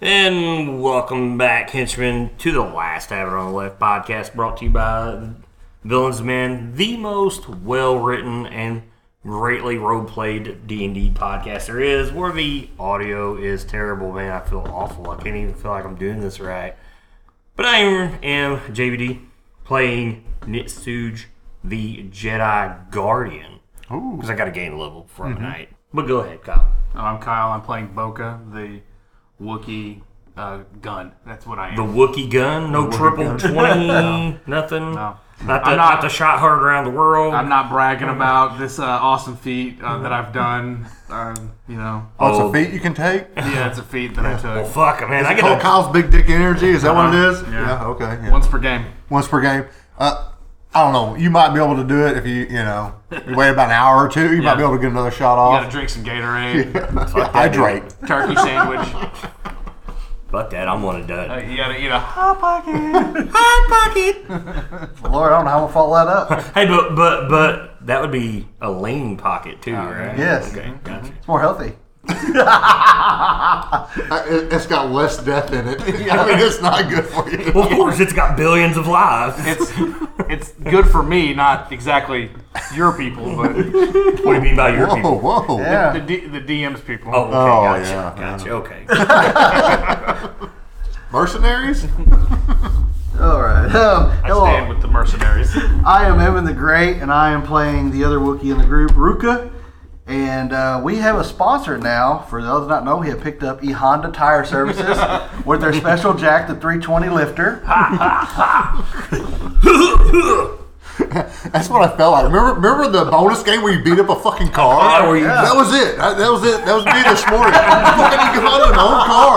And welcome back, henchmen, to the last Tavern on the Left podcast brought to you by Villains Men, the most well-written and greatly role-played D&D podcast there is, where the audio is terrible, man. I feel awful. I can't even feel like I'm doing this right. But I am JVD, playing Nitsuge, the Jedi Guardian. Ooh. Because I got a game level for the night. But go ahead, Kyle. I'm Kyle. I'm playing Boca, the Wookiee uh, gun. That's what I am. The Wookiee gun, no triple gun. 20, nothing. No. Not, the, I'm not, not- the shot heard around the world. I'm not bragging about this uh, awesome feat uh, that I've done. Um, you know, Lots Oh. of feet you can take. yeah, it's a feat that I well, Oh, took fuck, man. I get Call a, Kyle's big dick energy. Is that what it is? Yeah. okay. Uh-huh. yeah. Once, once per game. per game. Uh, I don't know. You might be able to do it if you you know you wait about an hour or two. You might be able to get another shot You gotta off. drink some Gatorade, Hydrate. turkey sandwich. fuck that. I'm one and done. Uh, you gotta eat a hot pocket. Hot pocket. Lord, I don't know how to follow that up. hey, but but but that would be a lean pocket too, right? Yes. Okay, gotcha. It's more healthy. Uh, It- it's got less death in it. I mean, it's not good for you. Well, of course, it's got billions of lives. It's it's good for me, not exactly your people, but the, what do you mean by your Whoa, people? whoa. the, D, the DM's people. Oh, okay, Oh, gotcha, yeah, gotcha. Okay. Mercenaries? All right. Um, hello. Stand with the mercenaries. I am Evan the Great, and I am playing the other Wookiee in the group, Ruka. And uh, we have a sponsor now. For those that not know, we have picked up E Honda Tire Services with their special jack, the 320 lifter. That's what I felt like. Remember, remember the bonus game where you beat up a fucking car? Yeah, where you- That was it. That, that was it. That was me this morning. fucking you got in an old car.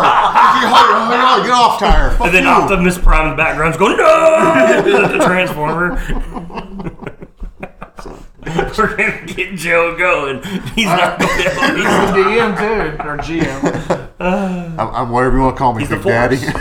You got- you got- Get off tire. Fuck And then you. Optimus Prime in the background's going, no! the Transformer. We're going to get Joe going. He's not going to The DM too, or GM. I'm, I'm whatever you want to call me, the Big Daddy. He's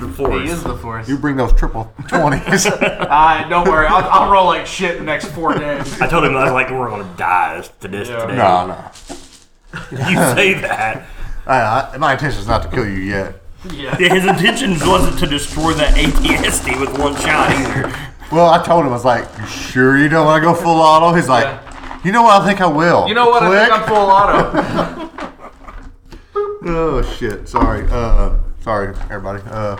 the He force. is the force. you bring those triple twenties. Uh, don't worry, I'll, I'll roll like shit the next four days. I told him, I was like, we're going to die to this Yeah. today. no, no. You say that. I, I, my intention is not to kill you yet. Yeah. His intention wasn't to destroy that ATSD with one shot either. Well, I told him I was like, "You sure you don't want to go full auto?" He's like, "You know what? I think I will." You know what? I think I'm full auto. Oh shit! Sorry, uh, sorry, everybody. Uh,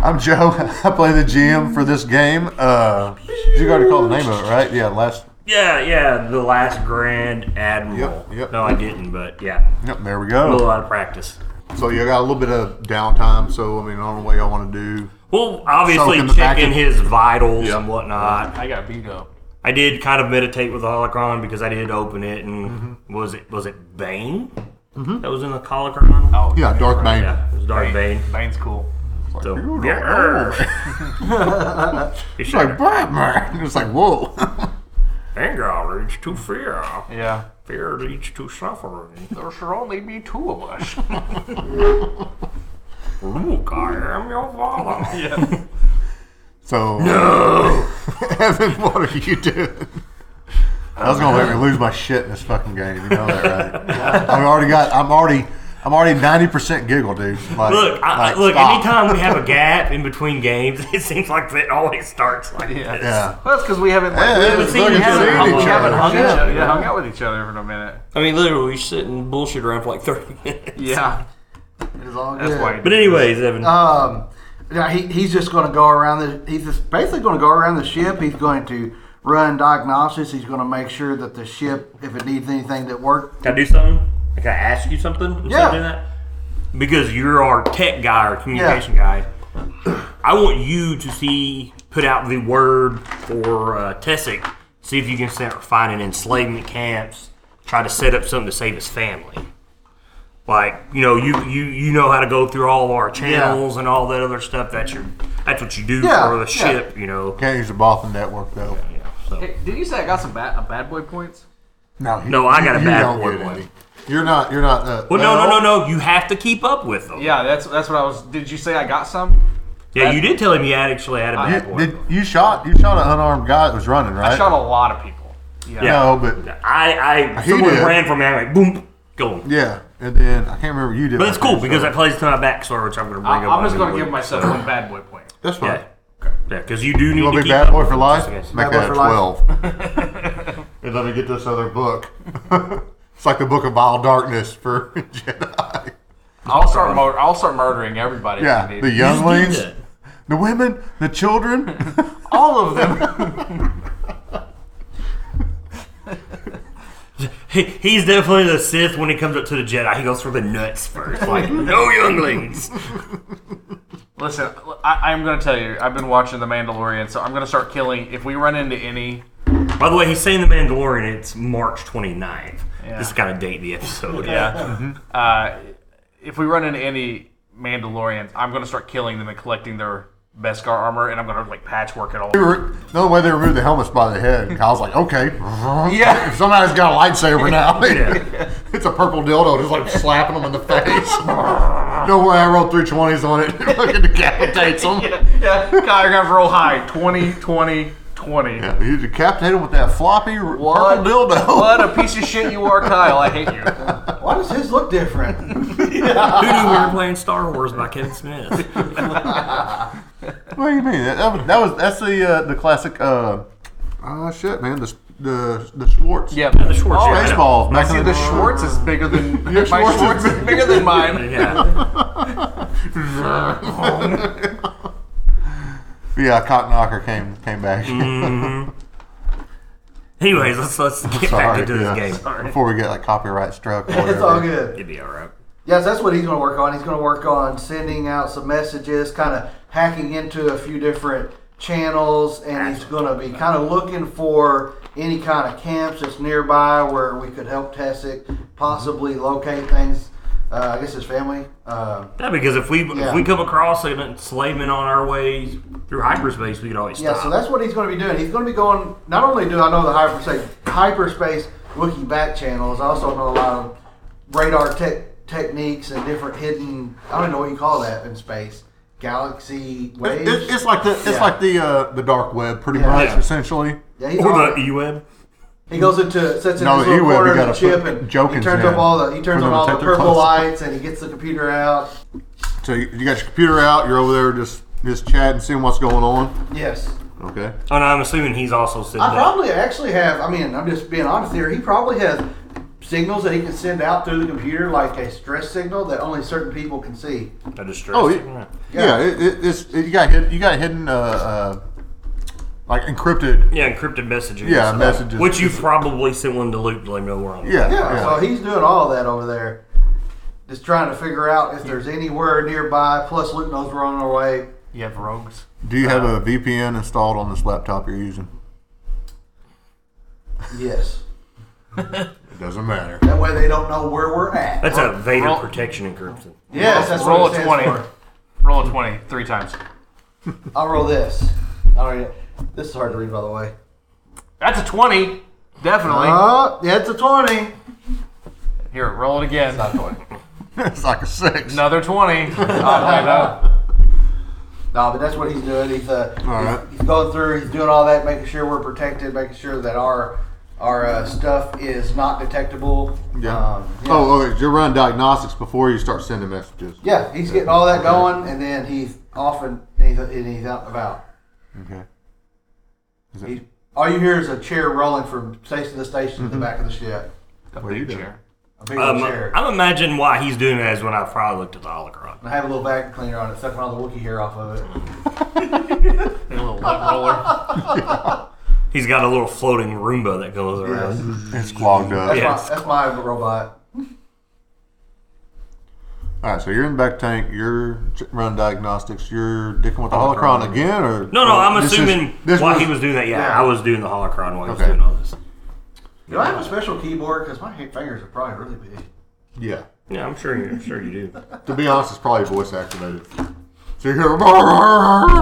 I'm Joe. I play the GM for this game. Uh, you already called the name of it, right? Yeah, last. Yeah, yeah, the last Grand Admiral. Yep, yep. No, I didn't, but yeah. Yep, there we A go. lot of practice. So you got a little bit of downtime. So I mean, I don't know what y'all want to do. Well, obviously Soak in the back checking of- his vitals Yeah. and whatnot. I got beat up. I did kind of meditate with the holocron because I did open it and was it was it Bane that was in the holocron? Oh, Yeah, Darth Mm-hmm. Bane. Yeah, it was Darth Bane. Bane's cool. So, You're not yeah, It's like Batman. It's like whoa. anger leads to fear. Yeah. Fear leads to suffering. There should only be two of us. Luke, I am your father. yeah. So Evan, what are you doing? I was gonna let me lose my shit in this fucking game. You know that, right? I've already got. I'm already. I'm already ninety percent giggle, dude. Like, Look, I, I- like, look. stop. Anytime we have a gap in between games, it seems like it always starts like Yeah. this. Yeah. Well, that's because we haven't, like, Yeah, we they haven't just seen look we at haven't seeing hung, each we haven't other. hung, Yeah. each other. Yeah, hung out with each other for a minute. I mean, literally, we sit and bullshit around for like thirty minutes. Yeah. It is all good. That's why. But anyways, Evan. Um, now he, he's just going to go around the. He's just basically going to go around the ship. He's going to run diagnostics. He's going to make sure that the ship, if it needs anything that work, Can I do something? Can I ask you something? instead of Yeah. doing that? Because you're our tech guy, our communication guy. I want you to see, put out the word for uh, Tessic, see if you can start finding enslavement camps, try to set up something to save his family. Like you know, you you you know how to go through all of our channels and all that other stuff. That's your that's what you do Yeah, for the yeah. ship. You know. Can't use the Boston network though. Yeah, so. Hey, did you say I got some bad, uh, bad boy points? No, you- No, I got a you bad don't boy get boy. any. You're not. You're not. Uh, Well, no, no, no, no. You have to keep up with them. Yeah, that's that's what I was. Did you say I got some? Yeah, you did tell him you had actually had a You, bad boy. did you shot? You shot an unarmed guy that was running, right? I shot a lot of people. Yeah. No, but I, I He someone did. ran from me. I'm like, boom, go. yeah, and then I can't remember you did. But my it's cool first because that one. plays to my backstory, which I'm going to bring I, up. I'm just going to anyway. give myself one bad boy point. that's fine. Yeah. Yeah, because you do need You want to to be keep bad up boy with for it, life? I guess. Make Bad boy that for a life. twelve. and let me get this other book. it's like the book of vile darkness for Jedi. I'll start. Mur- I'll start murdering everybody. if I Yeah, need the to. just do younglings, that. the women, the children. All of them. He, he's definitely the Sith when he comes up to the Jedi. He goes for the nuts first. Like, no younglings. Listen, I, I'm going to tell you, I've been watching The Mandalorian, so I'm going to start killing. If we run into any, By the way, he's saying The Mandalorian, it's March 29th. Yeah. This is kind of date the episode. yeah, uh, if we run into any Mandalorians, I'm going to start killing them and collecting their Beskar armor, and I'm going to like patchwork it all. They were- The only way they removed the helmets by the head, and Kyle's like, okay. Yeah. If somebody's got a lightsaber now, Yeah. it's a purple dildo, just like slapping them in the face. no way, I rolled 320s on it. It Fucking decapitates them. Yeah. yeah, God, I got to roll high. 20, 20, 20. You decapitate them with that floppy r- What? purple dildo. What a piece of shit you are, Kyle. I hate you. Why does his look different? Who knew we were playing Star Wars by Kevin Smith? What do you mean? That, that was, that was that's the uh, the classic. Uh, oh shit, man! The the the Schwartz. Yeah, the Schwartz, yeah, I know. Baseballs. Back See, in the Schwartz is bigger than Your my Schwartz is Schwartz is big- bigger than mine. Yeah. Yeah, Cotton Knocker came came back. Mm, Anyways, let's let's get back Sorry, into this yeah. game. Before we get like copyright struck. Or it's all good. It'd be all right. Yes, that's what he's going to work on. He's going to work on sending out some messages, kind of hacking into a few different channels, and he's going to be kind of looking for any kind of camps that's nearby where we could help Tessic possibly locate things. Uh, I guess his family. Uh, Yeah, because if we Yeah. if we come across an enslavement on our way through hyperspace, we can always yeah, stop. so that's what he's going to be doing. He's going to be going. Not only do I know the hyperspace hyperspace Wookiee back channels, I also know a lot of radar tech techniques and different hidden. I don't know what you call that in space. Galaxy It, waves. it- it's like the it's Yeah. like the uh, the dark web, pretty Yeah. much, Yeah. essentially. Yeah, he's or on the it. E Web. he goes into sets in No, his the little E-Web, corner you of the gotta chip put and he Jokins turns in up all the he for turns them on to all the take their purple clothes off. lights and he gets the computer out. So you, you got your computer out. You're over there just just chatting, seeing what's going on. Yes. Okay. And I'm assuming he's also sitting I there. probably actually have. I mean, I'm just being honest here. He probably has signals that he can send out through the computer, like a stress signal that only certain people can see. A distress. Oh, it, signal. yeah. it, it, it's it, you got hid, you got hidden uh, uh, like encrypted. yeah, encrypted messages. Yeah, messages. Which you probably sent one to Luke to let him know we're on. Yeah. Yeah, so he's doing all that over there, just trying to figure out if there's anywhere nearby. Plus, Luke knows we're on our way. You have rogues. Do you have a VPN installed on this laptop you're using? Yes, It doesn't matter. that way they don't know where we're at. That's a Vader roll- protection encryption. yes, that's roll what it a 20. stands for. Roll a 20 three times. I'll roll this. All right, this is hard to read, by the way. That's a 20. Definitely. Oh, yeah, it's a twenty. Here, roll it again. it's like a six. Another 20. Oh, I know. No, but that's what he's doing. He's, uh, he's, All right. he's going through. He's doing all that, making sure we're protected, making sure that our our uh, stuff is not detectable. Yeah. Um, yeah. Oh, okay. You're running diagnostics before you start sending messages. yeah. He's getting all that going, and then he's off and, and, he's, and he's out and about. Okay. Is He, it, all you hear is a chair rolling from station to station Mm-hmm. to the back of the ship. A What are you big doing? chair. A big old Um, chair. I'm imagining why he's doing that is when I probably looked at the holocron. And I have a little vacuum cleaner on it, sucking all the Wookiee hair off of it. And a little lip roller. He's got a little floating Roomba that goes Yes. around. it's clogged up. That's, Yeah. my, that's my robot. All right, so you're in the back tank. You're ch- running diagnostics. You're dicking with the holocron again, or No, no, or I'm this is- assuming this why was- he was doing that. Yeah, Yeah. I was doing the holocron while he was Okay. doing all this. Do I have a special keyboard? Because my hand- fingers are probably really big. Yeah, Yeah, I'm sure you. I'm sure you do. to be honest, it's probably voice activated. So you hear. I'm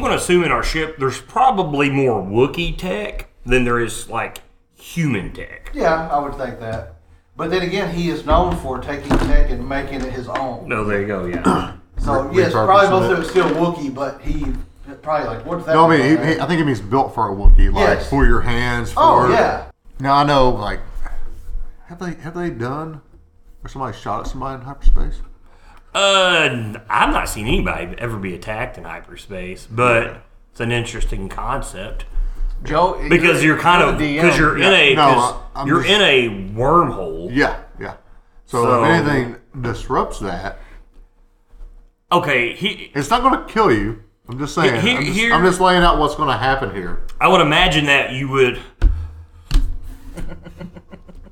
going to assume in our ship there's probably more Wookiee tech than there is like human tech. Yeah, I would think that. But then again, he is known for taking tech and making it his own. No, there you go. Yeah, So Re- yes, probably repurposing most it. of it's still Wookiee, but he probably like what's that? No, I mean, Oh, mean, he, he, I think it means built for a Wookiee, like Yes. for your hands. For, oh yeah, Now I know, like, Have they have they done or somebody shot at somebody in hyperspace? Uh, I've not seen anybody ever be attacked in hyperspace, but it's an interesting concept Joe, because you're kind of the because DM. you're in Yeah. a No, 'cause I- I'm you're just- in a wormhole. Yeah, yeah. So, So- if anything disrupts that, Okay, he, it's not going to kill you. I'm just saying. Here- I'm, just, here- I'm just laying out what's going to happen here. I would imagine that you would.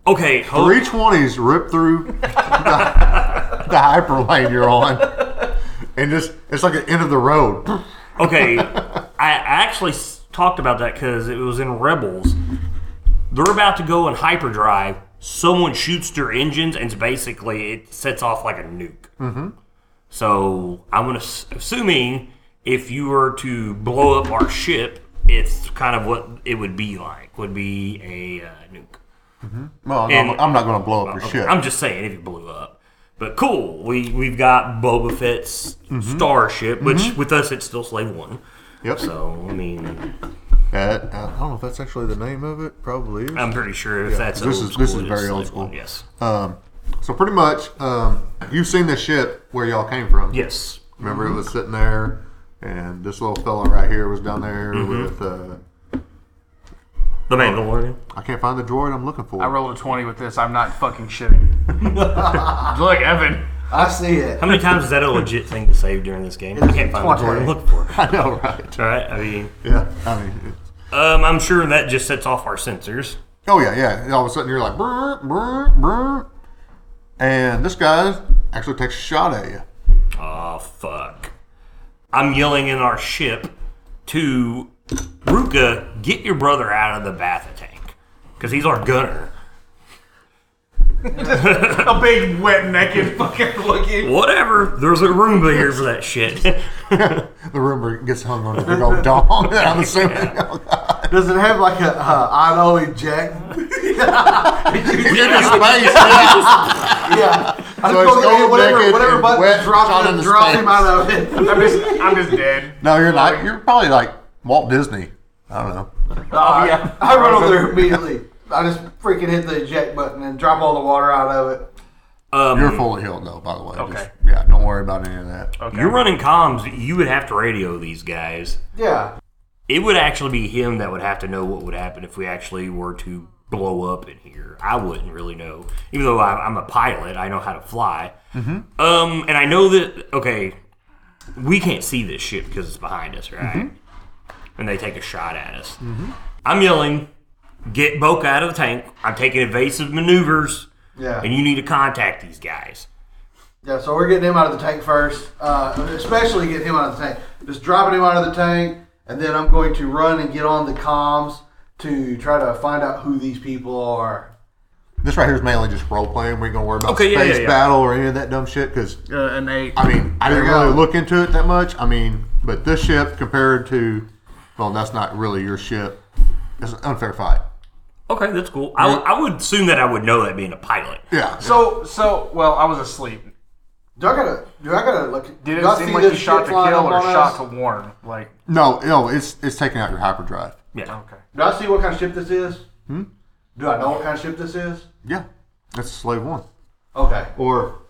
Okay, ho- Three twenties rip through the, the hyper lane you're on, and just it's like the end of the road. okay. I actually s- talked about that because it was in Rebels. They're about to go in hyperdrive. Someone shoots their engines, and it's basically it sets off like a nuke. Mm-hmm. So I'm gonna s- assuming if you were to blow up our ship, it's kind of what it would be like. Would be a uh, nuke. Well, I'm, And- Oh, I'm not going to blow up your ship. I'm just saying if you blew up. But cool, we we've got Boba Fett's starship, which with us it's still Slave One. yep. So I mean, Uh, I don't know if that's actually the name of it. Probably is. I'm pretty sure if that's this old is- this school, is it's very old Slave school. One, Yes, Um, so pretty much, um, you've seen the ship where y'all came from. yes, Remember, it was sitting there, and this little fella right here was down there with. Uh, the Mandalorian. I can't find the droid I'm looking for. I rolled a twenty with this. I'm not fucking shitting. Look, Evan. I see it. How many times is that a legit thing to save during this game? I can't find what I'm looking for. it. I know, right? All right, I mean, Yeah. I mean, it, um, I'm sure that just sets off our sensors. oh yeah, yeah. And all of a sudden, you're like, brr, brr, brr, and this guy actually takes a shot at you. Oh fuck! I'm yelling in our ship to Ruka, get your brother out of the batha tank because he's our gunner. A big wet naked fucking looking. Whatever. There's a Roomba here for that shit. The rumor gets hung on the big old dong. I'm assuming. Does it have like a uh, I know eject? Into space. Yeah. Yeah. So it's I just go gold whatever naked whatever and button wet shot drops in him, the drops space. him out of it. I'm just, I'm just dead. No, you're not. You're probably like Walt Disney. I don't know. Oh yeah. I run over there immediately. I just freaking hit the eject button and drop all the water out of it. Um, You're fully healed though, by the way. Okay. Just, yeah, don't worry about any of that. Okay. you're running comms. You would have to radio these guys. Yeah. It would actually be him that would have to know what would happen if we actually were to blow up in here. I wouldn't really know, even though I- I'm a pilot. I know how to fly. Um, and I know that okay, we can't see this ship because it's behind us, right? And they take a shot at us. I'm yelling, "Get Boca out of the tank!" I'm taking evasive maneuvers, and Yeah. you need to contact these guys. Yeah, so we're getting him out of the tank first, uh, especially getting him out of the tank. Just dropping him out of the tank, and then I'm going to run and get on the comms to try to find out who these people are. This right here is mainly just role playing. We ain't gonna worry about Okay, yeah, space yeah, yeah. battle or any of that dumb shit. Because uh, an eight. I mean, I didn't you go. really look into it that much. I mean, but this ship compared to, well, that's not really your ship. It's an unfair fight. Okay, that's cool. I, I would assume that I would know that being a pilot. Yeah. So, so well, I was asleep. Do I gotta? Do I gotta look? Did do I it seem see like you this shot shit to flying kill up or on shot us? to warn? Like, no, no, it's it's taking out your hyperdrive. Yeah. okay. Do I see what kind of ship this is? Hmm? Do I know what kind of ship this is? Yeah, that's slave one. Okay. Or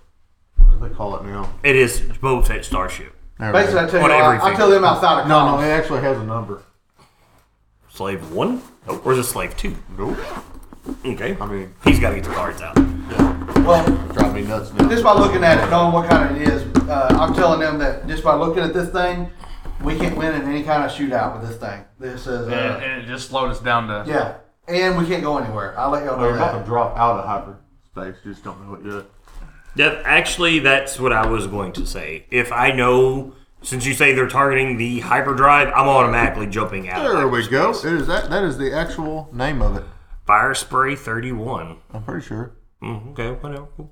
what do they call it now? It is Boba Fett Starship. There it is. Basically, I tell On you, I, I everything. tell them outside of no, no, comms. it actually has a number. Slave one? Nope. Or is it slave two? Nope. Okay. I mean, He's got to get the cards out. Well, drive me nuts now. just by looking at it, knowing what kind it is, uh, I'm telling them that just by looking at this thing, we can't win in any kind of shootout with this thing. This is, And, uh, and it just slowed us down to. yeah, and we can't go anywhere. I'll let y'all They're know about to that. drop out of hyperspace. You just don't know it yet. Yeah, actually, that's what I was going to say. If I know, since you say they're targeting the hyperdrive, I'm automatically jumping out. There we go. It is that. That is the actual name of it. Fire spray 31. I'm pretty sure. Mm, okay, whatever. Cool.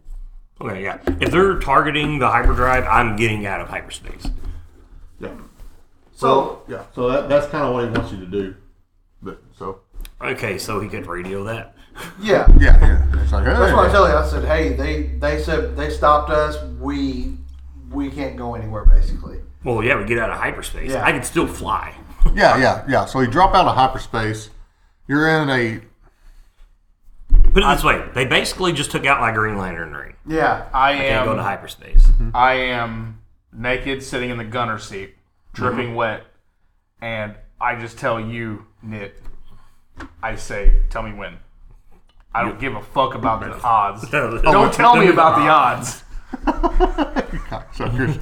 Okay, yeah. If they're targeting the hyperdrive, I'm getting out of hyperspace. Yeah. So, yeah. So that, that's kind of what he wants you to do. But so. Okay, so he could radio that. yeah, Yeah. yeah. It's like, hey. that's what I tell you. I said, hey, they they said they stopped us. We we can't go anywhere basically. Well, yeah, we get out of hyperspace. Yeah. I can still fly. Yeah, yeah, yeah. So you drop out of hyperspace. You're in a Put it this way: they basically just took out my Green Lantern ring. Yeah. I Can't am. go to hyperspace. I am naked, sitting in the gunner seat, dripping Mm-hmm. wet, and I just tell you, Nit. I say, tell me when. I don't give a fuck about the odds. Don't tell me about the odds. Cocksuckers.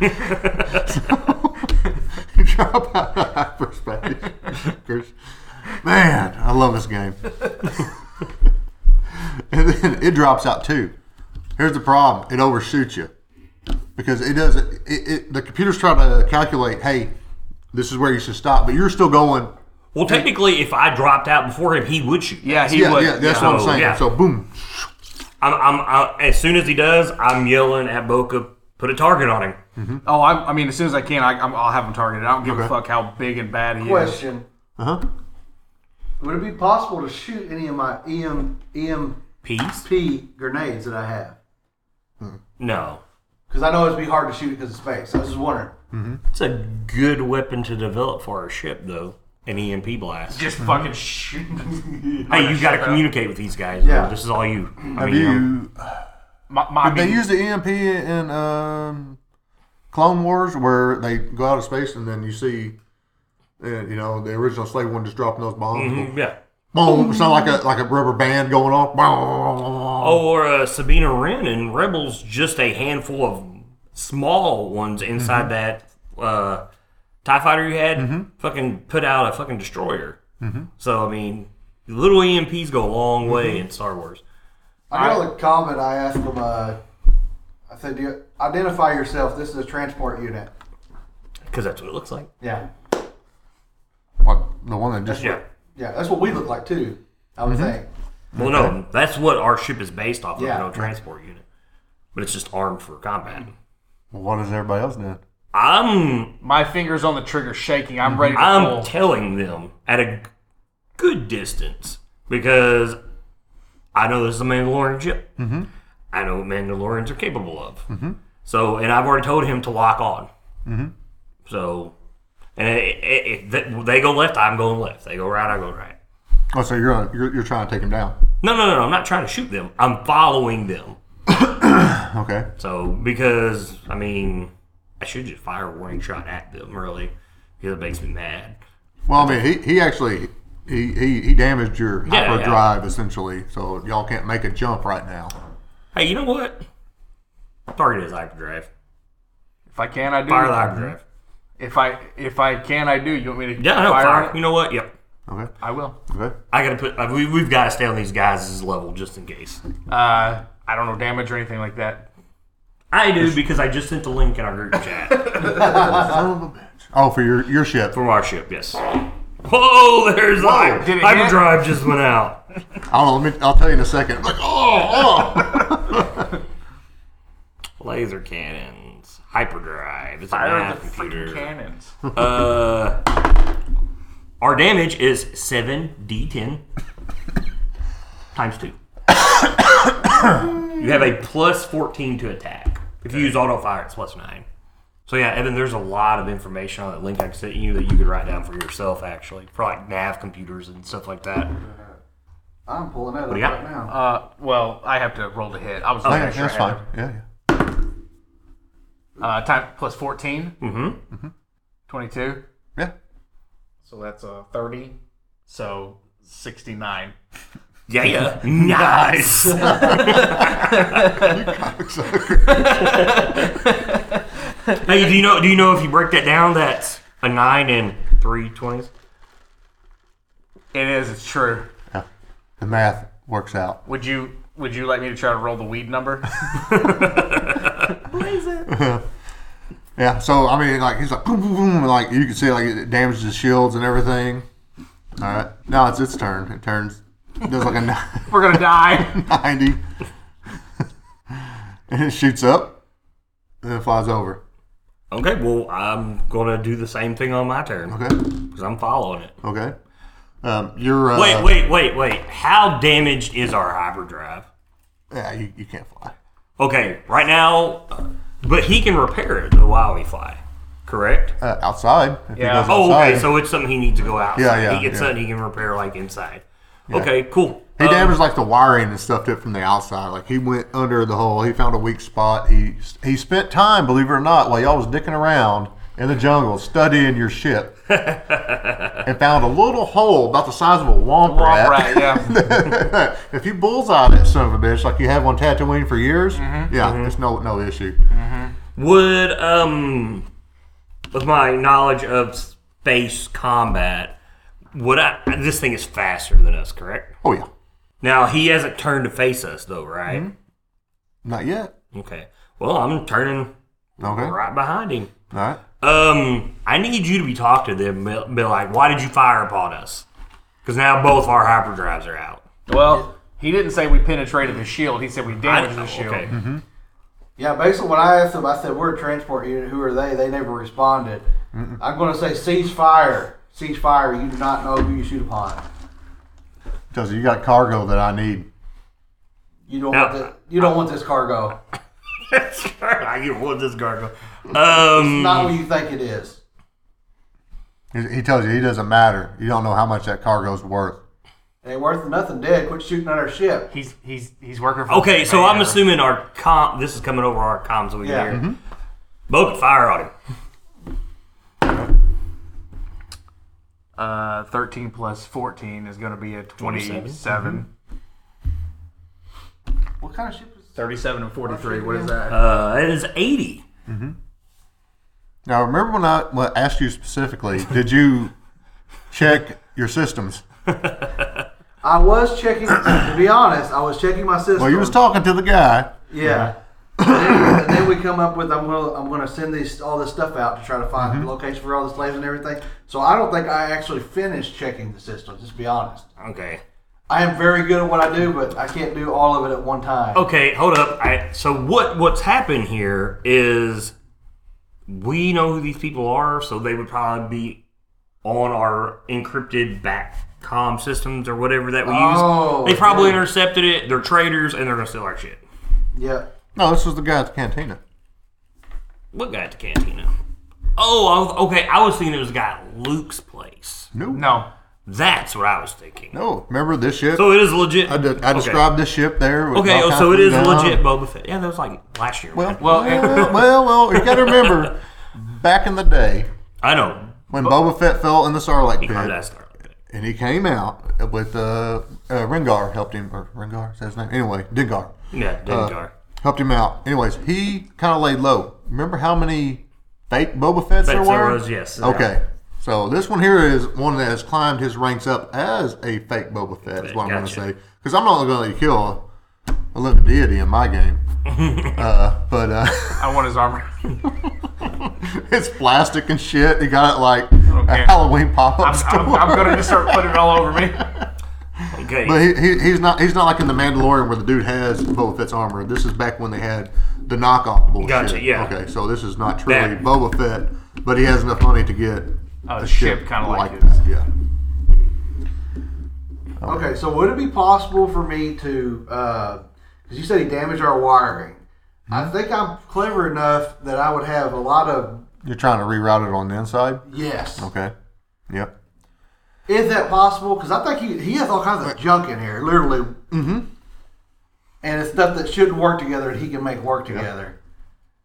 you drop out of hyperspace. Chris. Man, I love this game. and then it drops out too. Here's the problem: it overshoots you because it does. It, it the computer's trying to calculate. Hey, this is where you should stop, but you're still going. Well, technically, if I dropped out before him, he would shoot. Yeah, he yeah, would. yeah, that's yeah. what I'm saying. Yeah. So boom, I'm, I'm, i as soon as he does, I'm yelling at Boca, put a target on him. Oh, I'm, I mean, as soon as I can, I, I'm, I'll have him targeted. I don't give a fuck how big and bad he is. Question. uh huh. Would it be possible to shoot any of my E EM, EMP Peace? grenades that I have? No. Because I know it'd be hard to shoot because of space. I was just wondering. It's a good weapon to develop for our ship, though. An EMP blast. Just fucking shoot. hey, you got to communicate with these guys. Yeah. Yeah. This is all you. I Have mean, um, you? My, my, I They mean, use the EMP in um, Clone Wars where they go out of space and then you see, uh, you know, the original slave one just dropping those bombs. yeah. Boom! It's not like a like a rubber band going off. Boom. Oh, or uh, Sabina Wren and Rebels, just a handful of small ones inside that uh, TIE fighter you had, fucking put out a fucking destroyer. So, I mean, little EMPs go a long way in Star Wars. I know the comment I asked them, uh, I said, Do you identify yourself. This is a transport unit. Because that's what it looks like. Yeah. What the one that just Oh. Yeah. Yeah, that's what we look like too, I Mm-hmm. would think. Well, no, that's what our ship is based off of, Yeah. yeah. no transport unit. But it's just armed for combat. Well, what is everybody else doing? I'm my fingers on the trigger shaking. I'm ready to Mm-hmm. I'm pull. telling them at a good distance because I know this is a Mandalorian ship. Mm-hmm. I know what Mandalorians are capable of. Mm-hmm. So, and I've already told him to lock on. Mm-hmm. So, and i- i- if th- they go left, I'm going left. They go right, I go right. Oh, so you're on, you're, you're trying to take him down. No, no, no, no. I'm not trying to shoot them. I'm following them. Okay. So because I mean, I should just fire a warning shot at them really because it makes me mad. Well, I mean, he, he actually he, he he damaged your Yeah, yeah. hyperdrive essentially, so y'all can't make a jump right now. Hey, you know what? Target his hyperdrive. If I can, I do. Fire the hyperdrive. If I if I can, I do. You want me to? Yeah, no, fire fire. on You it? know what? Yep. Okay. I will. Okay. I gotta put. Like, we we've got to stay on these guys' level just in case. Uh, I don't know damage or anything like that. I do because I just sent the link in our group chat Son of a bitch. Oh, for your your ship. from our ship. Yes. Whoa! There's the hy- did it hit? hyperdrive just went out. I don't know. Let me, I'll tell you in a second. I'm like, oh, oh. Laser cannons, hyperdrive. It's a Fire math the computer. freaking cannons. Uh, our damage is 7d10 times 2. you have a plus 14 to attack. If you use auto fire, it's plus 9. So, yeah, Evan, there's a lot of information on that link I sent you that you could write down for yourself, actually, for like nav computers and stuff like that. I'm pulling that up do you right got? now. Uh, well, I have to roll to hit. I was not Oh, yeah, sure. that's I had fine. Yeah, yeah. it. Uh, time plus 14. Mm-hmm. 22. Yeah. So that's uh, 30. So 69. Yeah, yeah. nice. hey, do you know? Do you know if you break that down, that's a nine and three twenties? It is. It's true. Yeah. The math works out. Would you Would you like me to try to roll the weed number? Yeah. So I mean, like he's like, boom, boom, boom, and, like you can see, like it damages his shields and everything. All right. Now it's its turn. It turns. It does like a ni- We're gonna die. ninety, and it shoots up, and it flies over. Okay, well, I'm gonna do the same thing on my turn Okay. because I'm following it. Okay. Um, you're. Uh, Wait, wait, wait, wait. How damaged is our hyperdrive? Yeah, you, you can't fly. Okay, right now, uh, but he can repair it while we fly, correct? Uh, outside. If Yeah. He goes Oh, outside, okay. So it's something he needs to go out. Yeah, yeah, He, it's yeah. something he can repair like inside. Okay, cool. Uh, He damaged like the wiring and stuff to it from the outside. Like he went under the hole. He found a weak spot. He he spent time, believe it or not, while y'all was dicking around in the jungle studying your shit, and found a little hole about the size of a womp, rat. Right, yeah. if you bullseye that son of a bitch like you have on Tatooine for years, yeah, it's no no issue. Would um, with my knowledge of space combat, would I? This thing is faster than us, correct? Oh yeah, Now he hasn't turned to face us though, right? Hmm? not yet. Okay. Well, I'm turning Okay, all right behind him. right. Um, I need you to be talking to them. Be be like, why did you fire upon us? Because now both our hyperdrives are out. Well, he didn't say we penetrated the shield. He said we I- damaged the shield. okay. Yeah, basically when I asked them, I said, "We're a transport unit. Who are they?" They never responded. I'm going to say, "Cease fire! Cease fire! You do not know who you shoot upon. Because you got cargo that I need. You don't Now- want this, you don't want this cargo. That's right. I can hold this gargoyle. Um, Not what you think it is." He he tells you he doesn't matter. You don't know how much that cargo's worth. It ain't worth nothing, dead. Quit shooting at our ship. He's he's he's working for. okay, so I'm Yeah. assuming our comp. This is coming over our comms over Yeah. Mm-hmm. here. Both can fire on him. Uh, 13 plus 14 is going to be a 27. 37. What kind of ship is? 37 and 43. What is that? Uh, it is 80. Now remember when I when I asked you specifically, did you check your systems? I was checking. to be honest, I was checking my system. Well, you was talking to the guy. Yeah. and, then, and then we come up with I'm gonna I'm gonna send these all this stuff out to try to find the location for all the slaves and everything. So I don't think I actually finished checking the system. Just be honest. Okay. I am very good at what I do, but I can't do all of it at one time. Okay, hold up. I, so what what's happened here is we know who these people are, so they would probably be on our encrypted back com systems or whatever that we Oh, use. They probably yeah. intercepted it. They're traitors, and they're gonna steal our shit. Yeah. No, this was the guy at the cantina. What guy at the cantina? Oh, I was, okay. I was thinking it was a guy at Luke's place. No, No. That's what I was thinking. no. Remember this ship? So it is legit. I, de- I Okay. described this ship there. With Okay, all oh, kinds so of it is down. legit Boba Fett. Yeah, that was like last year. Well, right? well, well, well, You got to remember, back in the day I know. when Boba Fett fell in the Sarlacc He called that pit, Star. and he came out with uh, uh, Rengar helped him, or Rengar is that his name? Anyway, Dengar Yeah, Uh, Dengar. helped him out. Anyways, he kind of laid low. Remember how many fake Boba Fetts there Fetts were? there was, yes. Okay. So this one here is one that has climbed his ranks up as a fake Boba Fett. Is what I'm Gotcha. going to say because I'm not going to kill a living deity in my game. uh, but uh, I want his armor. it's plastic and shit. He got it like care. a Halloween pop up I'm, store. I'm, I'm going to just start putting it all over me. Okay. But he, he, he's not he's not like in the Mandalorian where the dude has Boba Fett's armor. This is back when they had the knockoff bullshit. Gotcha, yeah. Okay, so this is not truly That- Boba Fett, but he has enough money to get A ship kinda like his. that. Yeah. Okay. So would it be possible for me to? Because you said he damaged our wiring. I think I'm clever enough that I would have a lot of You're trying to reroute it on the inside. yes. Okay. Yep. Is that possible? Because I think he, he has all kinds of junk in here, literally. Mm-hmm. And it's stuff that should work together and he can make work together.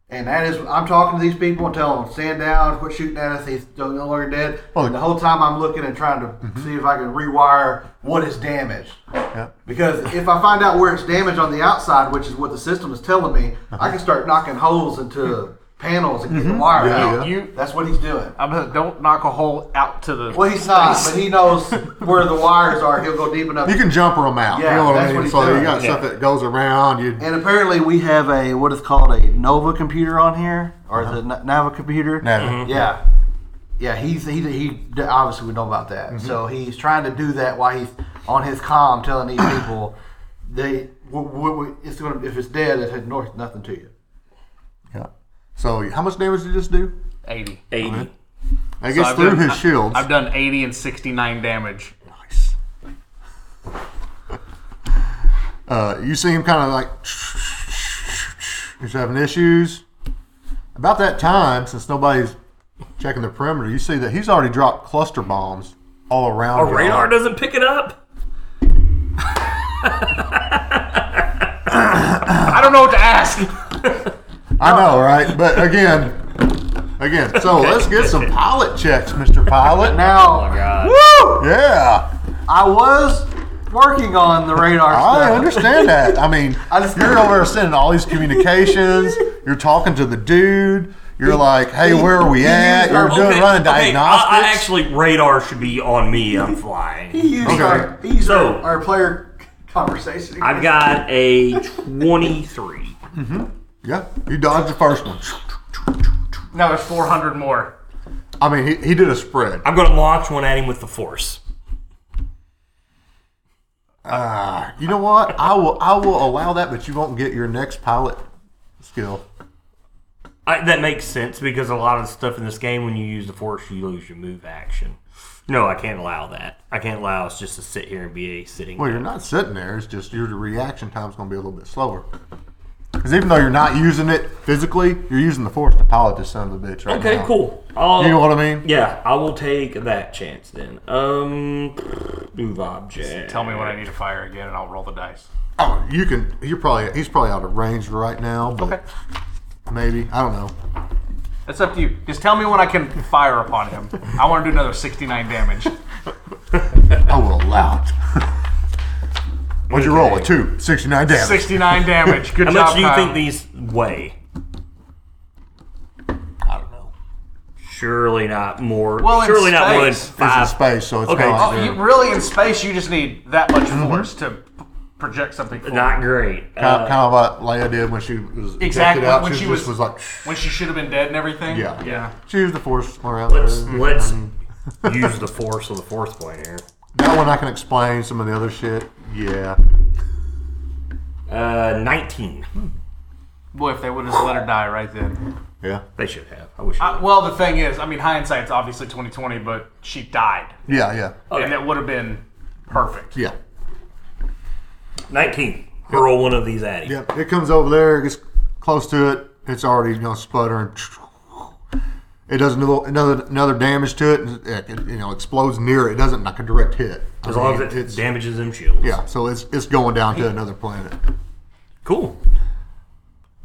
And that is, I'm talking to these people and telling them, stand down, quit shooting at us, he's no longer dead. Well, Mm-hmm. and the whole time I'm looking and trying to see if I can rewire what is damaged. Yep. Because if I find out where it's damaged on the outside, which is what the system is telling me, Uh-huh. I can start knocking holes into panels and getting the wire Mm-hmm. Yeah, out. yeah. You- That's what he's doing. I'm gonna, don't knock a hole out to the. Well, he's not, but he knows where the wires are. He'll go deep enough. You can jumper them out. Yeah, you know what that's I mean. what he's so doing. you got stuff that goes around. You And apparently, we have a what is called a Nova computer on here, or the N- Nava computer. Uh-huh. Nava. Yeah, yeah. He's he, he d- obviously would know about that. Mm-hmm. So he's trying to do that while he's on his com telling these people they w- w- it's gonna if it's dead it had north nothing to you. yeah. So how much damage did you just do? 80. 80. I guess I've through done- his shields. I've done 80 and 69 damage. Uh, you see him kind of like he's having issues. About that time, since nobody's checking the perimeter, you see that he's already dropped cluster bombs all around. Our y'all. radar doesn't pick it up? I don't know what to ask. I know, right? But again, again. So let's get some pilot checks, Mr. Pilot. Oh, Now, God. Yeah, I was working on the radar stuff. I understand that. I mean, I just- you're over there sending all these communications. You're talking to the dude. You're like, hey, where are we at? You're Okay, doing running okay, I, I diagnostics. actually radar should be on me. I'm flying. He used, Okay. our, he used So- our, our player conversation. I've got a 23. Yeah, you dodged the first one. Now there's 400 more. I mean, he, he did a spread. I'm going to launch one at him with the force. You know what? I will I will allow that, but you won't get your next pilot skill. I, that makes sense because a lot of the stuff in this game, when you use the force, you lose your move action. No, I can't allow that. I can't allow us just to sit here and be a sitting. Well, you're not sitting there. It's just your reaction time's going to be a little bit slower. Because even though you're not using it physically, you're using the force to pilot this son of a bitch right okay, now. cool. I'll- You know what I mean? Yeah, I will take that chance then. Um, move object. Tell me when I need to fire again, and I'll roll the dice. Oh, you can. You're probably he's probably out of range right now, but Okay. maybe I don't know. That's up to you. Just tell me when I can fire upon him. I want to do another 69 damage. I will allow it. What'd you roll? A two, 69 damage. 69 damage. Good How job. much do you Kyle. think these weigh? I don't know. Surely not more. Well, in surely not more than space, It's in five. space, so it's Okay. not Oh, you, really, in space, you just need that much force to p- project something. Forward. Not great. kind, Uh, kind of what Leia did when she was Exactly, ejected out. when she, she just was- was, like, when she should have been dead and everything. yeah, Yeah. She used the force around. let's her. let's Mm-hmm. use the force of the fourth plane here. That one I can explain. Some of the other shit, yeah. Uh, nineteen. Boy, if they would have just let her die right then. Yeah. They should have. I wish. Uh, well, the thing is, I mean, hindsight's obviously 2020, but she died, Yeah, yeah. Okay. and it would have been perfect. Yeah. Nineteen. Hurl one of these at him. Yep. It comes over there, it gets close to it, it's already you know sputtering. It does another another another damage to it, and it, it, you know explodes near it. It doesn't like a direct hit. I As long mean, as it's it damages them shields. yeah, so it's it's going down to another planet. Cool.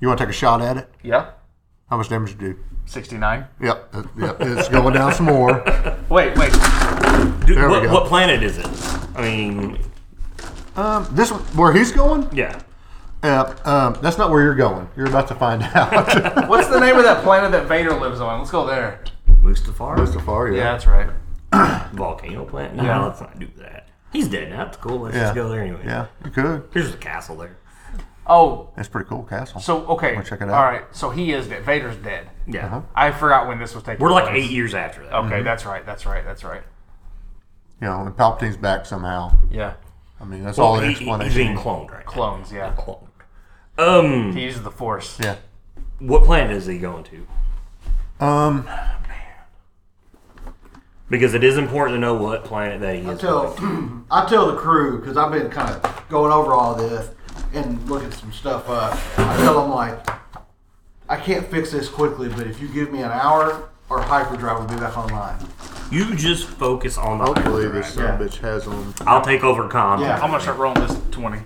You want to take a shot at it? Yeah. How much damage you do? 69. Yep, uh, yep. It's going down some more. Wait, wait. Dude, There we what, go. what planet is it? I mean, Um, this one- where he's going? yeah. Uh, um, that's not where you're going. You're about to find out. What's the name of that planet that Vader lives on? Let's go there. Mustafar? Mustafar, Yeah, yeah. that's right. Volcano planet? No, Yeah. let's not do that. He's dead now. That's cool. Let's Yeah. just go there anyway. Yeah, you could. There's a castle there. Oh, That's pretty cool castle. so okay. Wanna check it out? All right. So he is dead. Vader's dead. Yeah. I forgot when this was taking. We're like place. eight years after that. Okay, that's right. That's right. That's right. you know, and Palpatine's back somehow. Yeah. I mean, that's all Well, the he, he- he's explanation. being cloned right now. Clones. Yeah. Cloned. Um, He uses the Force. yeah. what planet is he going to? Um, Because it is important to know what planet that he is. tell I tell the crew because I've been kind of going over all this and looking some stuff up. I tell them like, I can't fix this quickly, but if you give me an hour, our hyperdrive will be back online. You just focus on the hopefully hyperdrive. this son of a bitch has on. I'll take over com. Yeah. I'm gonna start rolling this 20.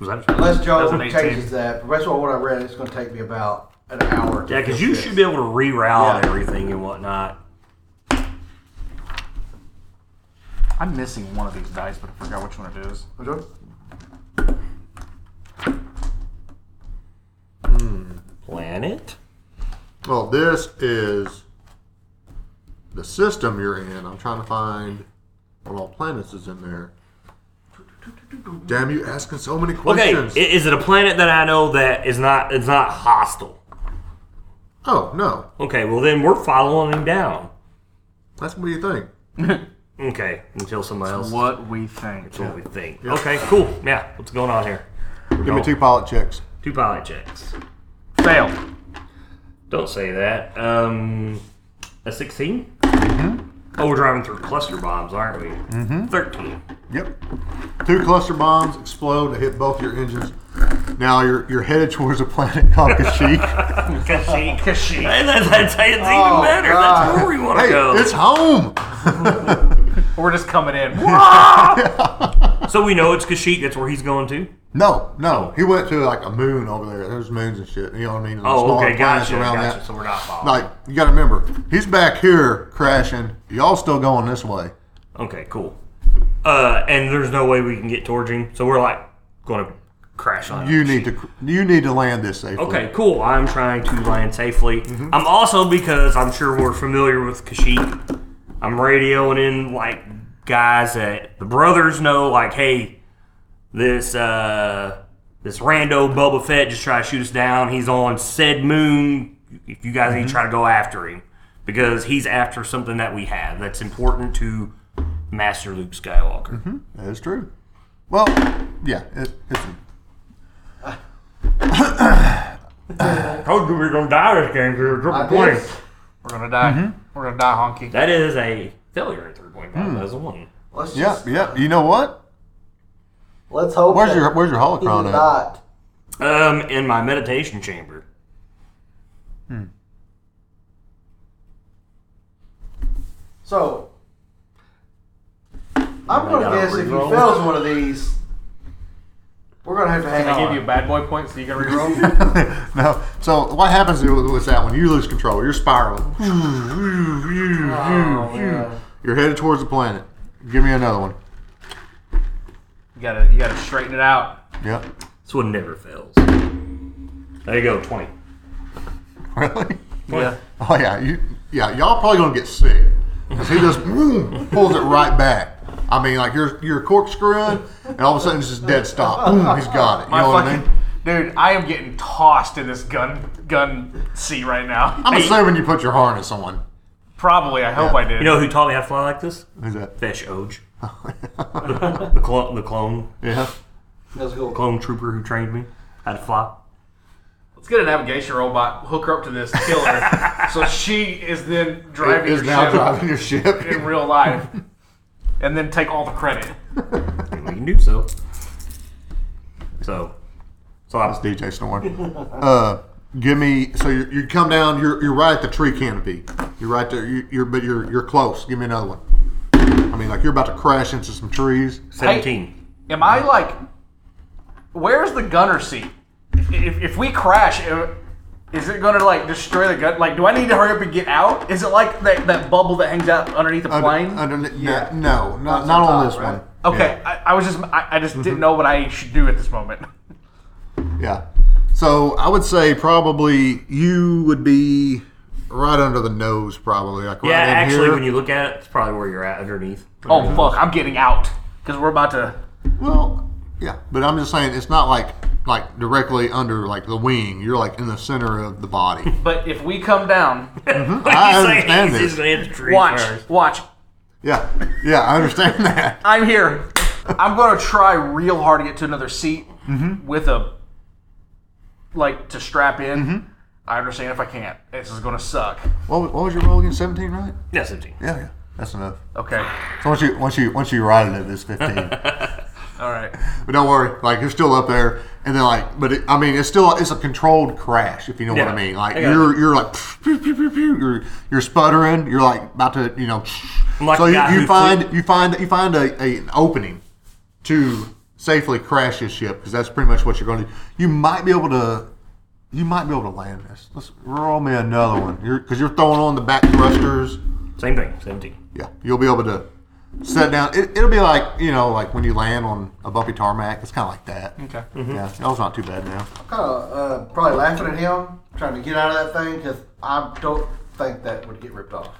Was that- Unless Joe That's an 18. changes that, but that's what what I read. It's going to take me about an hour. to Yeah, because fix you this. should be able to reroute Yeah. everything and whatnot. I'm missing one of these dice, but I forgot which one it is. Joe? Planet? Well, this is the system you're in. I'm trying to find what all planets is in there. Damn you, asking so many Okay, questions. i- is it a planet that I know that is not it's not hostile? oh no, Okay, well then we're following him down. that's what do you think? Okay, until somebody else. What we think. That's what we think. Okay, cool. Yeah, what's going on here? Give me two pilot checks. Two pilot checks. Fail. Don't say that. Um, a 16? Oh, we're driving through cluster bombs, aren't we? Mm-hmm. 13. Yep. Two cluster bombs explode to hit both your engines. Now you're you're headed towards a planet called Kashyyyk. Kashyyyk. Kashyyyk. Hey, that- that's, that's even Oh, better. That's God. where we want to hey, go. it's home. We're just coming in. So we know it's Kashyyyk. That's where he's going to. No, no. He went to like a moon over there. There's moons and shit. You know what I mean? And Oh, smaller okay, planets gotcha, around gotcha. that. So we're not following. Like you got to remember, he's back here crashing. Y'all still going this way? Okay, cool. Uh, and there's no way we can get towards him, so we're like going to crash on him. You need to cr- you need to land this safely. Okay, cool. I'm trying to land safely. I'm also because I'm sure we're familiar with Kashyyyk. I'm radioing in like guys that the brothers know, like, hey, this uh, this rando Boba Fett just tried to shoot us down. He's on said moon. If you guys need to try to go after him, because he's after something that we have that's important to Master Luke Skywalker. that is true. Well, yeah, it, it's told you we were gonna die this game because triple guess. We're gonna die. Mm-hmm. We're gonna die, honky. That is a failure at three point five. That's a one. Let's yeah, just yeah. You know what? let's hope. Where's that your where's your he's holocron at? not? Um, in my meditation chamber. So I'm gonna gotta guess if he reroll. fails one of these, we're gonna have to hang Can I on. give you a bad boy point so you can reroll? no. So what happens with with that when you lose control? You're spiraling. Hmm. Oh, yeah. You're headed towards the planet. Give me another one. you gotta, you gotta straighten it out. Yep. This one never fails. There you go, twenty. Really? Yeah. Oh yeah, you yeah, y'all probably gonna get sick. 'Cause he just boom, pulls it right back. I mean, like you're you're corkscrewing, and all of a sudden it's just dead stop. Boom, he's got it. You My know what I fucking mean? dude, I am getting tossed in this gun, gun seat right now. I'm assuming you put your harness on. Probably. I hope Yeah. I did. You know who taught me how to fly like this? Who's that? Fesh Oj. the clone, the clone, Yeah. That's cool. clone trooper who trained me how to fly. Let's get a navigation robot, hook her up to this, kill her, so she is then driving Is your now ship driving your ship. in real life, and then take all the credit. And we can do so. So, so I, DJ snoring. Uh, give me so you, you come down. You're you're right at the tree canopy. You're right there. You, you're but you're you're close. Give me another one. I mean, like you're about to crash into some trees. seventeen. Am I like, where's the gunner seat? If, if, if we crash, i- is it gonna like destroy the gun? Like, do I need to hurry up and get out? Is it like that, that bubble that hangs out underneath the Under- plane? underneath- Yeah. No, not, not That's the on top, this right? one. okay, I, I was just, I, I just Mm-hmm. didn't know what I should do at this moment. Yeah. So I would say probably you would be right under the nose, probably. Like right Yeah, in actually, here. when you look at it, it's probably where you're at underneath. Oh fuck, I'm getting out because we're about to. Well, yeah, but I'm just saying it's not like like directly under like the wing. You're like in the center of the body. But if we come down, I He's saying understand he's this. just gonna hit the tree watch, first. watch. yeah, yeah, I understand that. I'm here. I'm gonna try real hard to get to another seat with a like to strap in. I understand if I can't. This is gonna suck. What, wa- what was your roll again? Seventeen, right? Yeah, seventeen. Yeah, yeah, that's enough. Okay. So once you once you once you ride it, it's fifteen. All right. But don't worry, like you're still up there, and then like, but it, I mean, it's still it's a controlled crash, if you know Yeah. what I mean. Like I got you're you're like pew, pew, pew, pew, you're you're sputtering, you're like about to you know. I'm like so the you, guy you who find you find you find a, a an opening to safely crash this ship because that's pretty much what you're going to. do. You might be able to. You might be able to land this. Let's roll me another one. You're because you're throwing on the back thrusters. Same thing. Seventeen. Yeah, you'll be able to set down. It, it'll be like you know, like when you land on a bumpy tarmac. It's kind of like that. Okay. Mm-hmm. Yeah, that was not too bad now. Kind of uh, probably laughing at him trying to get out of that thing because I don't think that would get ripped off.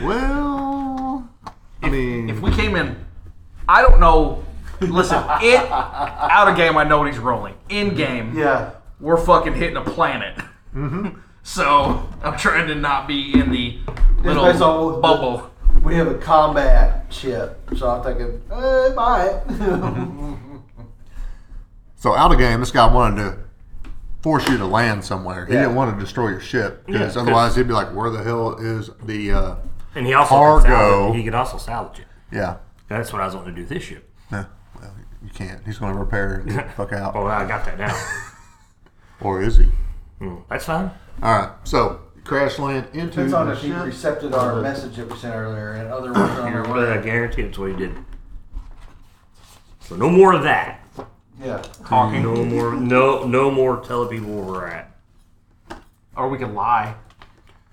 Well, I mean, If we came in, I don't know. Listen, it out of game. I know what he's rolling. In game, Yeah. we're fucking hitting a planet. So I'm trying to not be in the based on little the- bubble. We have a combat ship, so I'm thinking, eh, buy it. so out of game, this guy wanted to force you to land somewhere. He Yeah. didn't want to destroy your ship because Yeah. otherwise he'd be like, "Where the hell is the?" Uh, And he also Cargo. Could salvage, he could also salvage it. yeah, That's what I was wanting to do this year. no, well, you can't. He's going to repair it and get the fuck Oh, out, I got that now. or is he? That's fine. All right, so crash land into Depends on the if he ship. accepted our message that we sent earlier and other ones on You're our right, I way. guarantee it's what he did. So no more of that. Yeah. Talking. No more. No. No more telling people where we're at. Or we could lie.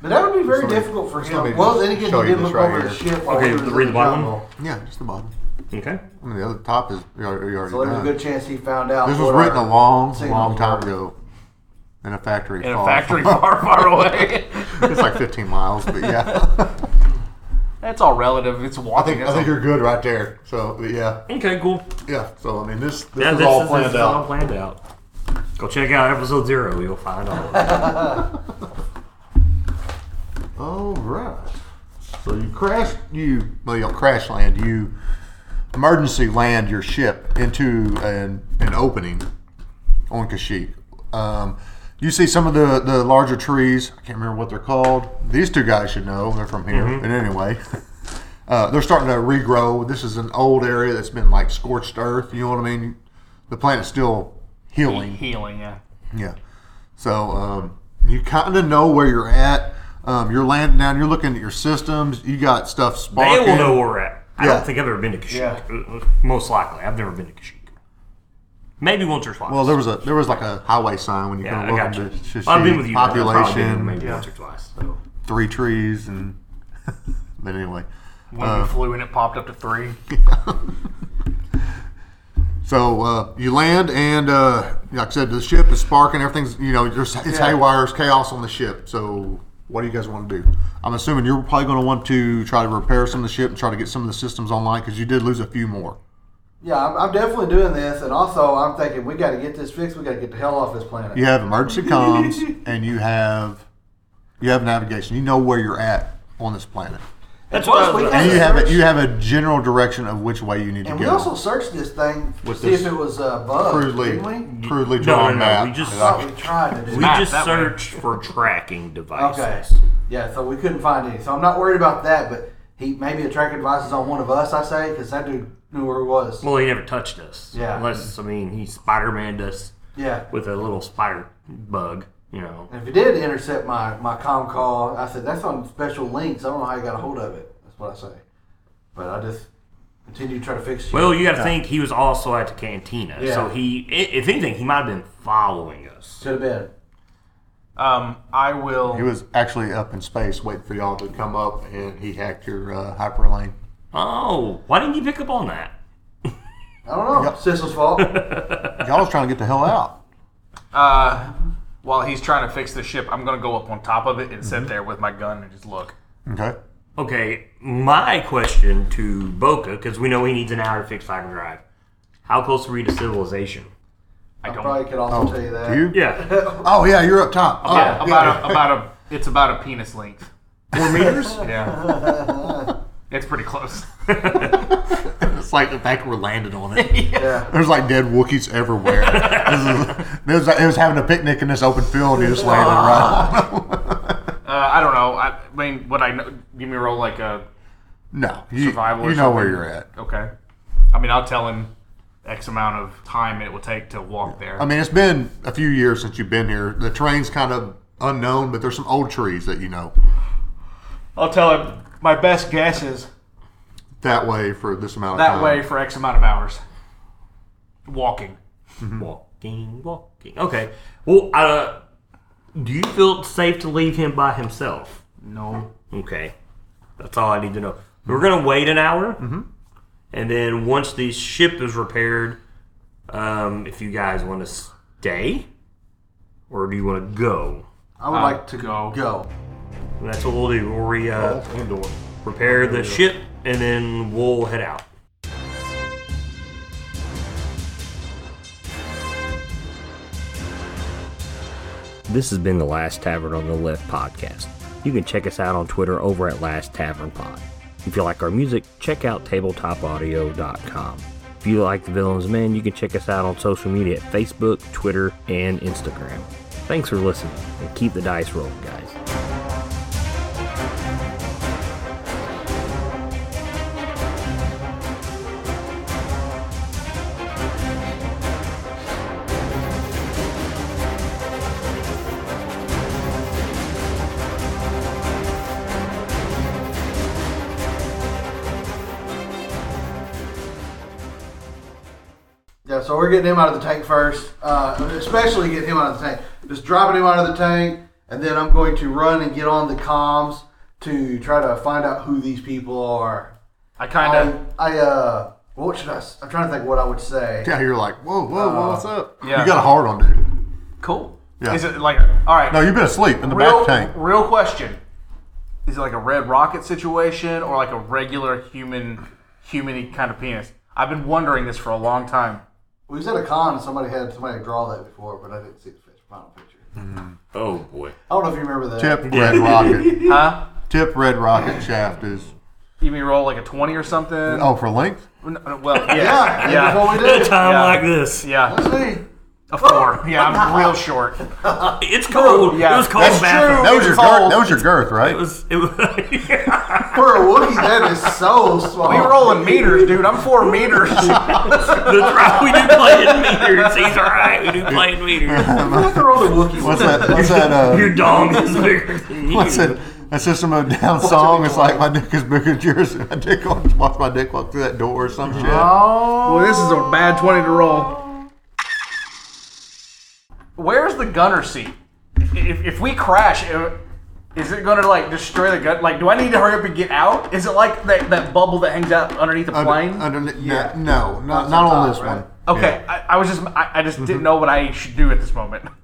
But that would be very Somebody- difficult for somebody him. Well, just then again, show he you did this look right over here. the ship. while Okay, he was in read the bottom jungle. one. Yeah, just the bottom. Okay. I mean, the other top is you already, you already So there's a done. good chance he found out. This was what written our a long, signals long time were. ago in a factory. In a far- factory far, far away. it's like 15 miles, but yeah. That's all relative. It's I walking. think I think isn't you're good right there. So but yeah, Okay. Cool. yeah. So I mean, this this Yeah, is all planned is all out. planned out. Go check out episode zero. You'll find all of it. All right. So you crash you well you don't crash land you emergency land your ship into an an opening on Kashyyyk. Um, you see some of the the larger trees. I can't remember what they're called. These two guys should know. They're from here. But anyway. Uh, they're starting to regrow. This is an old area that's been like scorched earth. You know what I mean? The planet's still it? healing. Healing, yeah. Yeah. So um, you kind of know where you're at. Um, you're landing down. You're looking at your systems. You got stuff They sparking. will know where we're at. I Yeah. don't think I've ever been to Kashyyyk. Uh, Most likely, I've never been to Kashyyyk. Maybe once or twice. Well, there was a there was like a highway sign when you yeah, kind I of look got into you. Shishik, I've been with you. guys. I've probably been there population, maybe once or twice. So. three trees, and but anyway. When Uh, we flew and it popped up to three. So uh, you land, and uh, like I said, the ship is sparking. Everything's you know, there's, it's Yeah. haywire, it's chaos on the ship. So what do you guys want to do? I'm assuming you're probably going to want to try to repair some of the ship and try to get some of the systems online because you did lose a few more. Yeah, I'm, I'm definitely doing this, and also I'm thinking we got to get this fixed. We got to get the hell off this planet. You have emergency comms, and you have you have navigation. You know where you're at on this planet, That's what Plus, I was we about- and kinda you have a, searched- you have a general direction of which way you need to And go. we also searched this thing to With see this if it was uh, bugged, crudely, didn't we? crudely No, drawn no, no, map. we just- that I Thought can- we tried to do. We that. map just that way. searched for tracking devices. okay. Yeah, so we couldn't find any. So I'm not worried about that, but he maybe a tracking device is on one of us. I say because that dude knew where he was. Well, he never touched us. Yeah. Unless, I mean, he Spider Maned us yeah. with a little spider bug, you know. And if he did intercept my my com call, I said that's on special links. I don't know how he got a hold of it. That's what I say. But I just continue to try to fix you. Well, you got to think he was also at the cantina. Yeah. So he, i- if anything, he might have been following us. should have been. Um, I He will. was actually up in space waiting for y'all to come up, and he hacked your uh, hyperlane. Oh, why didn't you pick up on that? I don't know. Yep. Cecil's fault. Y'all was trying to get the hell out. Uh, while he's trying to fix the ship, I'm gonna go up on top of it and Mm-hmm. sit there with my gun and just look. Okay. Okay, my question to Boca, because we know he needs an hour to fix Falcon Drive. How close are we to civilization? I don't. Probably could also tell you that. Oh, You? Yeah. Oh yeah, you're up top. Oh, yeah, yeah. about a, about a. It's about a penis length. four meters. Yeah. it's pretty close. Uh, it's like the fact we're landed on it. Yeah. There's like dead Wookiees everywhere. this is, it, was like, it was having a picnic in this open field. and You just landed right. on 'em. Uh, I don't know. I, I mean, would I know, give me a roll like a No, you, Survival or you know where something. you're at. okay? I mean, I'll tell him X amount of time it will take to walk there. I mean, it's been a few years since you've been here. The terrain's kind of unknown, but there's some old trees that you know I'll tell him my best guess is that way for this amount of that time. way for X amount of hours. Walking. walking, walking. Okay. Well, uh, do you feel it's safe to leave him by himself? No. Okay. That's all I need to know. We're going to wait an hour. And then once the ship is repaired, um, if you guys want to stay or do you want to go? I would like to go. go. And that's what we'll do. We'll re, uh, Oh, Indoor. repair the ship and then we'll head out. This has been the Last Tavern on the Left podcast. You can check us out on Twitter over at Last Tavern Pod. If you like our music, check out tabletopaudio.com. If you like the Villains Men, you can check us out on social media at Facebook, Twitter, and Instagram. Thanks for listening, and keep the dice rolling, guys. Yeah, so we're getting him out of the tank first, uh, especially getting him out of the tank. Just dropping him out of the tank, and then I'm going to run and get on the comms to try to find out who these people are. I kind of. I, I uh, what should I? s- I'm trying to think what I would say. Yeah, you're like, whoa, whoa, whoa, what's up? Uh, yeah. You got a hard on, dude. Cool. Yeah. Is it like all right? No, you've been asleep in the real, back tank. real question. Is it like a red rocket situation or like a regular human, human kind of penis? I've been wondering this for a long time. We was at a con and somebody had somebody draw that before, but I didn't see the fi- final picture. I Oh boy. don't know if you remember that. Tip red rocket. Huh? Tip red rocket shaft is You mean roll like a twenty or something? oh for length. N- n- well, yeah, Yeah, yeah, yeah. yeah, That's what we did. Time Yeah. like this. Let's see. A four. Yeah, I'm real short. It's cold. Yeah. It was cold That's bathroom. That was your It's girth. old. That was your girth, right? It was. It was. yeah. For a Wookiee, that is so small. We rolling meters, dude. I'm four meters. That's right. We do play in meters. He's all right. We do play in meters. I have to roll the Wookiee. What's that? What's that? Uh, Your dog is bigger than you. what's that? That System of a Down song. It's like my dick is bigger than yours. My dick walks, watch my dick walk through that door or some shit. Oh. Well, this is a bad 20 to roll. Where's the gunner seat? If, if we crash, i- is it gonna like destroy the gun? Like, do I need to hurry up and get out? Is it like that, that bubble that hangs out underneath the Under- plane? underneath- no, no, not, not on this one. okay, I, I was just I, I just Mm-hmm. didn't know what I should do at this moment.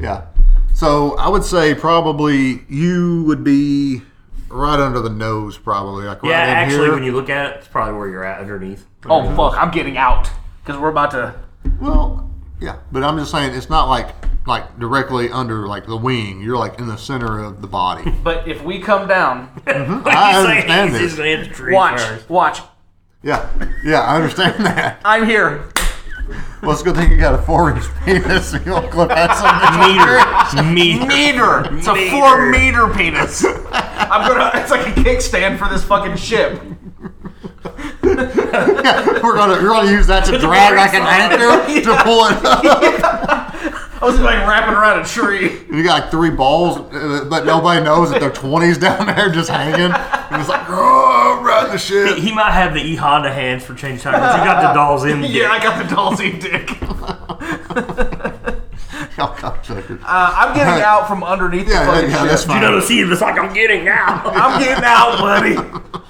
Yeah. So I would say probably you would be right under the nose, probably like Yeah, right in actually, here. when you look at it, it's probably where you're at underneath. Oh Mm-hmm. fuck, I'm getting out because we're about to. well, yeah, but I'm just saying it's not like like directly under like the wing. You're like in the center of the body. But if we come down, I He's saying understand he's this. just gonna hit the tree watch, first. watch. Yeah, yeah, I understand that. I'm here. Well, it's a good thing you got a four inch penis. You don't clip that something. Meter. Meter. Meter. It's a Meter. four meter penis. I'm gonna. It's like a kickstand for this fucking ship. We're gonna we're gonna use that to drag like an anchor to pull it up. I was like wrapping around a tree. You got like three balls, uh, but nobody knows that they're twenties down there just hanging. And it's like, oh, run the shit. He might have the E Honda hands for change tires. You got the dolls in. Yeah, I got the Dalsy dick. Uh, Y'all cock suckers. I'm getting out from underneath yeah, the yeah, fucking yeah, ship. that's You fine. know the seat. It's like I'm getting out. I'm getting out, buddy.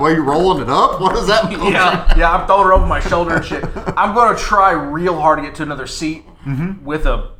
Were you rolling it up? What does that mean? Yeah, yeah, I'm throwing her over my shoulder and shit. I'm gonna try real hard to get to another seat with a